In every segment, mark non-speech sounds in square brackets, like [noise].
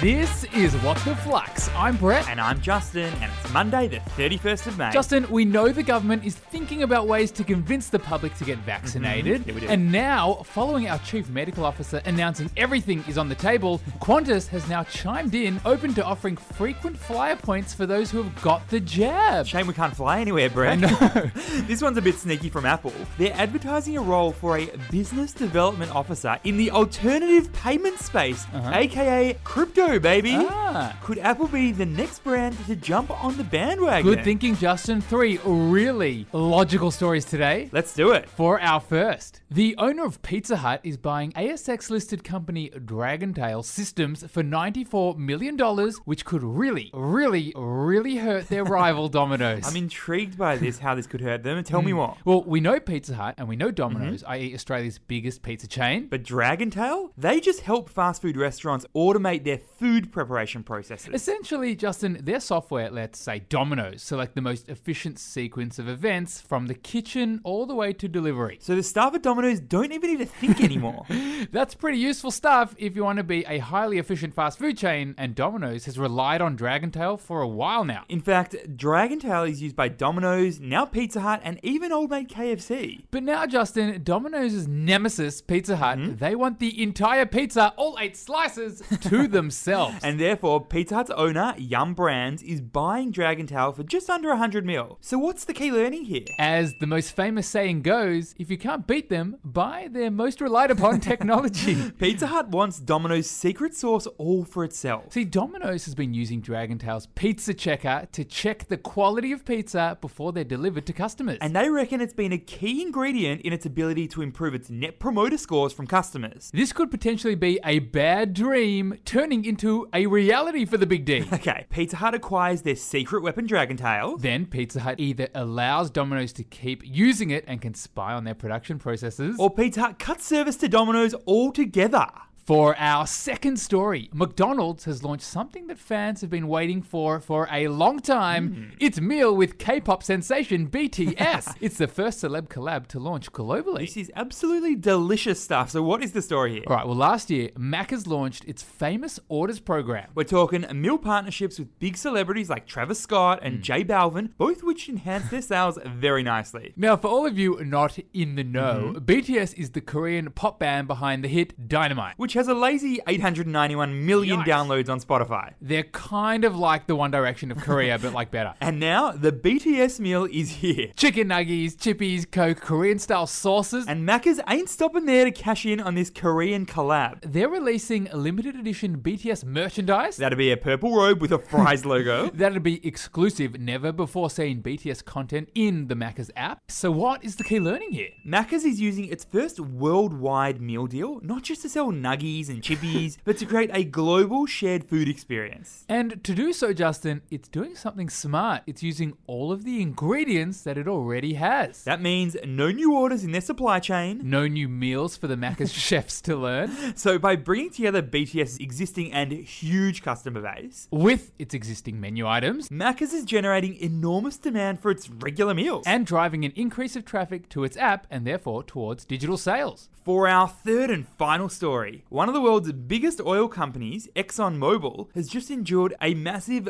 This is What the Flux. I'm Brett. And I'm Justin, and it's Monday, the 31st of May. Justin, we know the government is thinking about ways to convince the public to get vaccinated. Mhm. Yeah, we do. And now, following our chief medical officer announcing everything is on the table, Qantas has now chimed in, open to offering frequent flyer points for those who have got the jab. Shame we can't fly anywhere, Brett. [laughs] this one's a bit sneaky from Apple. They're advertising a role for a business development officer in the alternative payment space, aka crypto, baby. Uh-huh. Ah. Could Apple be the next brand to jump on the bandwagon? Good thinking, Justin. Three really logical stories today. Let's do it. For our first, the owner of Pizza Hut is buying ASX listed company Dragontail Systems for $94 million, which could really, really, really hurt their rival Domino's. I'm intrigued by this, how this could hurt them. Tell Hmm. me more. well, we know Pizza Hut and we know Domino's, i.e., Australia's biggest pizza chain. But Dragon Tail? They just help fast food restaurants automate their food preparation processes. Essentially, Justin, their software lets, say, Domino's select the most efficient sequence of events from the kitchen all the way to delivery. So the staff at Domino's don't even need to [laughs] think anymore. That's pretty useful stuff if you want to be a highly efficient fast food chain, and Domino's has relied on Dragontail for a while now. In fact, Dragon Tail is used by Domino's, now Pizza Hut, and even Old Mate KFC. But now, Justin, Domino's nemesis, Pizza Hut, they want the entire pizza, all eight slices, to themselves. And therefore, Pizza Hut's owner, Yum Brands, is buying Dragon Tail for just under 100 mil. So what's the key learning here? as the most famous saying goes, if you can't beat them, buy their most relied upon technology. Pizza Hut wants Domino's secret sauce all for itself. See, Domino's has been using Dragontail's pizza checker to check the quality of pizza before they're delivered to customers. And they reckon it's been a key ingredient in its ability to improve its net promoter scores from customers. This could potentially be a bad dream turning into a reality for the Big [laughs] D. Okay, Pizza Hut acquires their secret weapon, Dragon Tail. then Pizza Hut either allows Domino's to keep using it and can spy on their production processes. Or Pizza Hut cuts service to Domino's altogether. for our second story, McDonald's has launched something that fans have been waiting for for a long Hmm. time. It's meal with K-pop sensation [laughs] BTS. it's the first celeb collab to launch globally. This is absolutely delicious stuff. So, what is the story here? All right, well last year Mac has launched its famous orders program. We're talking meal partnerships with big celebrities like Travis Scott and Jay Balvin, both which enhance their sales very nicely. Now, for all of you not in the know, BTS is the Korean pop band behind the hit Dynamite. Which has a lazy 891 million Yikes. downloads on Spotify. They're kind of like the One Direction of Korea, but like better. And now the BTS meal is here. Chicken nuggies, chippies, Coke, Korean style sauces. And And Macca's ain't stopping there to cash in on this Korean collab. they're releasing a limited edition BTS merchandise. That'd be a purple robe with a fries logo. That'll be exclusive, never before seen BTS content in the Macca's app. So, what is the key learning here? Macca's is using its first worldwide meal deal, not just to sell nuggies and chippies, but to create a global shared food experience. And to do so, Justin, it's doing something smart. It's using all of the ingredients that it already has. That means no new orders in their supply chain. No new meals for the Macca's [laughs] chefs to learn. So by bringing together BTS's existing and huge customer base, With its existing menu items Macca's is generating enormous demand for its regular meals. and driving an increase of traffic to its app and therefore towards digital sales. For our third and final story, one of the world's biggest oil companies, ExxonMobil, has just endured a massive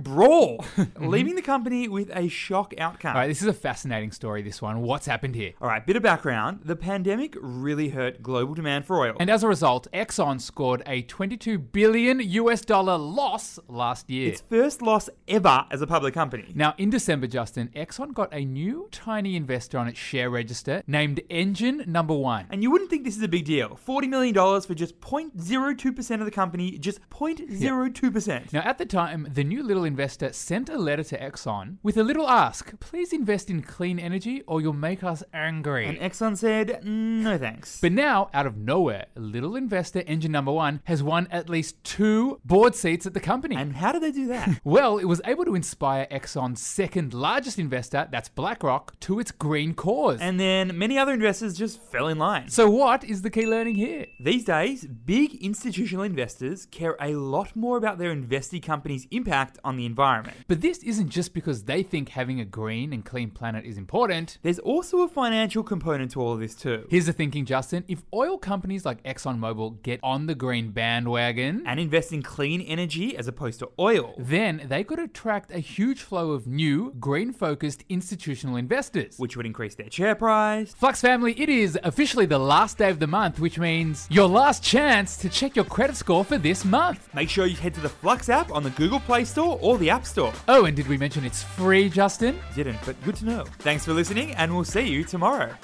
[laughs] brawl, [laughs] leaving the company with a shock outcome. All right, this is a fascinating story, this one. What's happened here? All right, bit of background. The pandemic really hurt global demand for oil. And as a result, Exxon scored a 22 billion US dollar loss last year. its first loss ever as a public company. now, in December, Justin, Exxon got a new tiny investor on its share register named Engine Number One. And you wouldn't think this is a big deal. $40 million for just 0.02% of the company, just 0.02%. Now, at the time, the new little investor sent a letter to Exxon with a little ask please invest in clean energy or you'll make us angry. and Exxon said, "Mm, no thanks. But now, out of nowhere, little investor engine number one has won at least two board seats at the company. and how did they [laughs] do that? well, it was able to inspire Exxon's second largest investor, that's BlackRock, to its green cause. and then many other investors just fell in line. so, what is the key learning here? These days, big institutional investors care a lot more about their investee company's impact on the environment. But this isn't just because they think having a green and clean planet is important. There's also a financial component to all of this, too. Here's the thinking, Justin. If oil companies like ExxonMobil get on the green bandwagon, And invest in clean energy as opposed to oil, then they could attract a huge flow of new, green focused institutional investors. which would increase their share price. Flux family, it is officially the last day of the month, which means your last chance to check your credit score for this month. Make sure you head to the Flux app on the Google Play Store or the App Store. Oh, and did we mention it's free, Justin? Didn't, but good to know. Thanks for listening, and we'll see you tomorrow.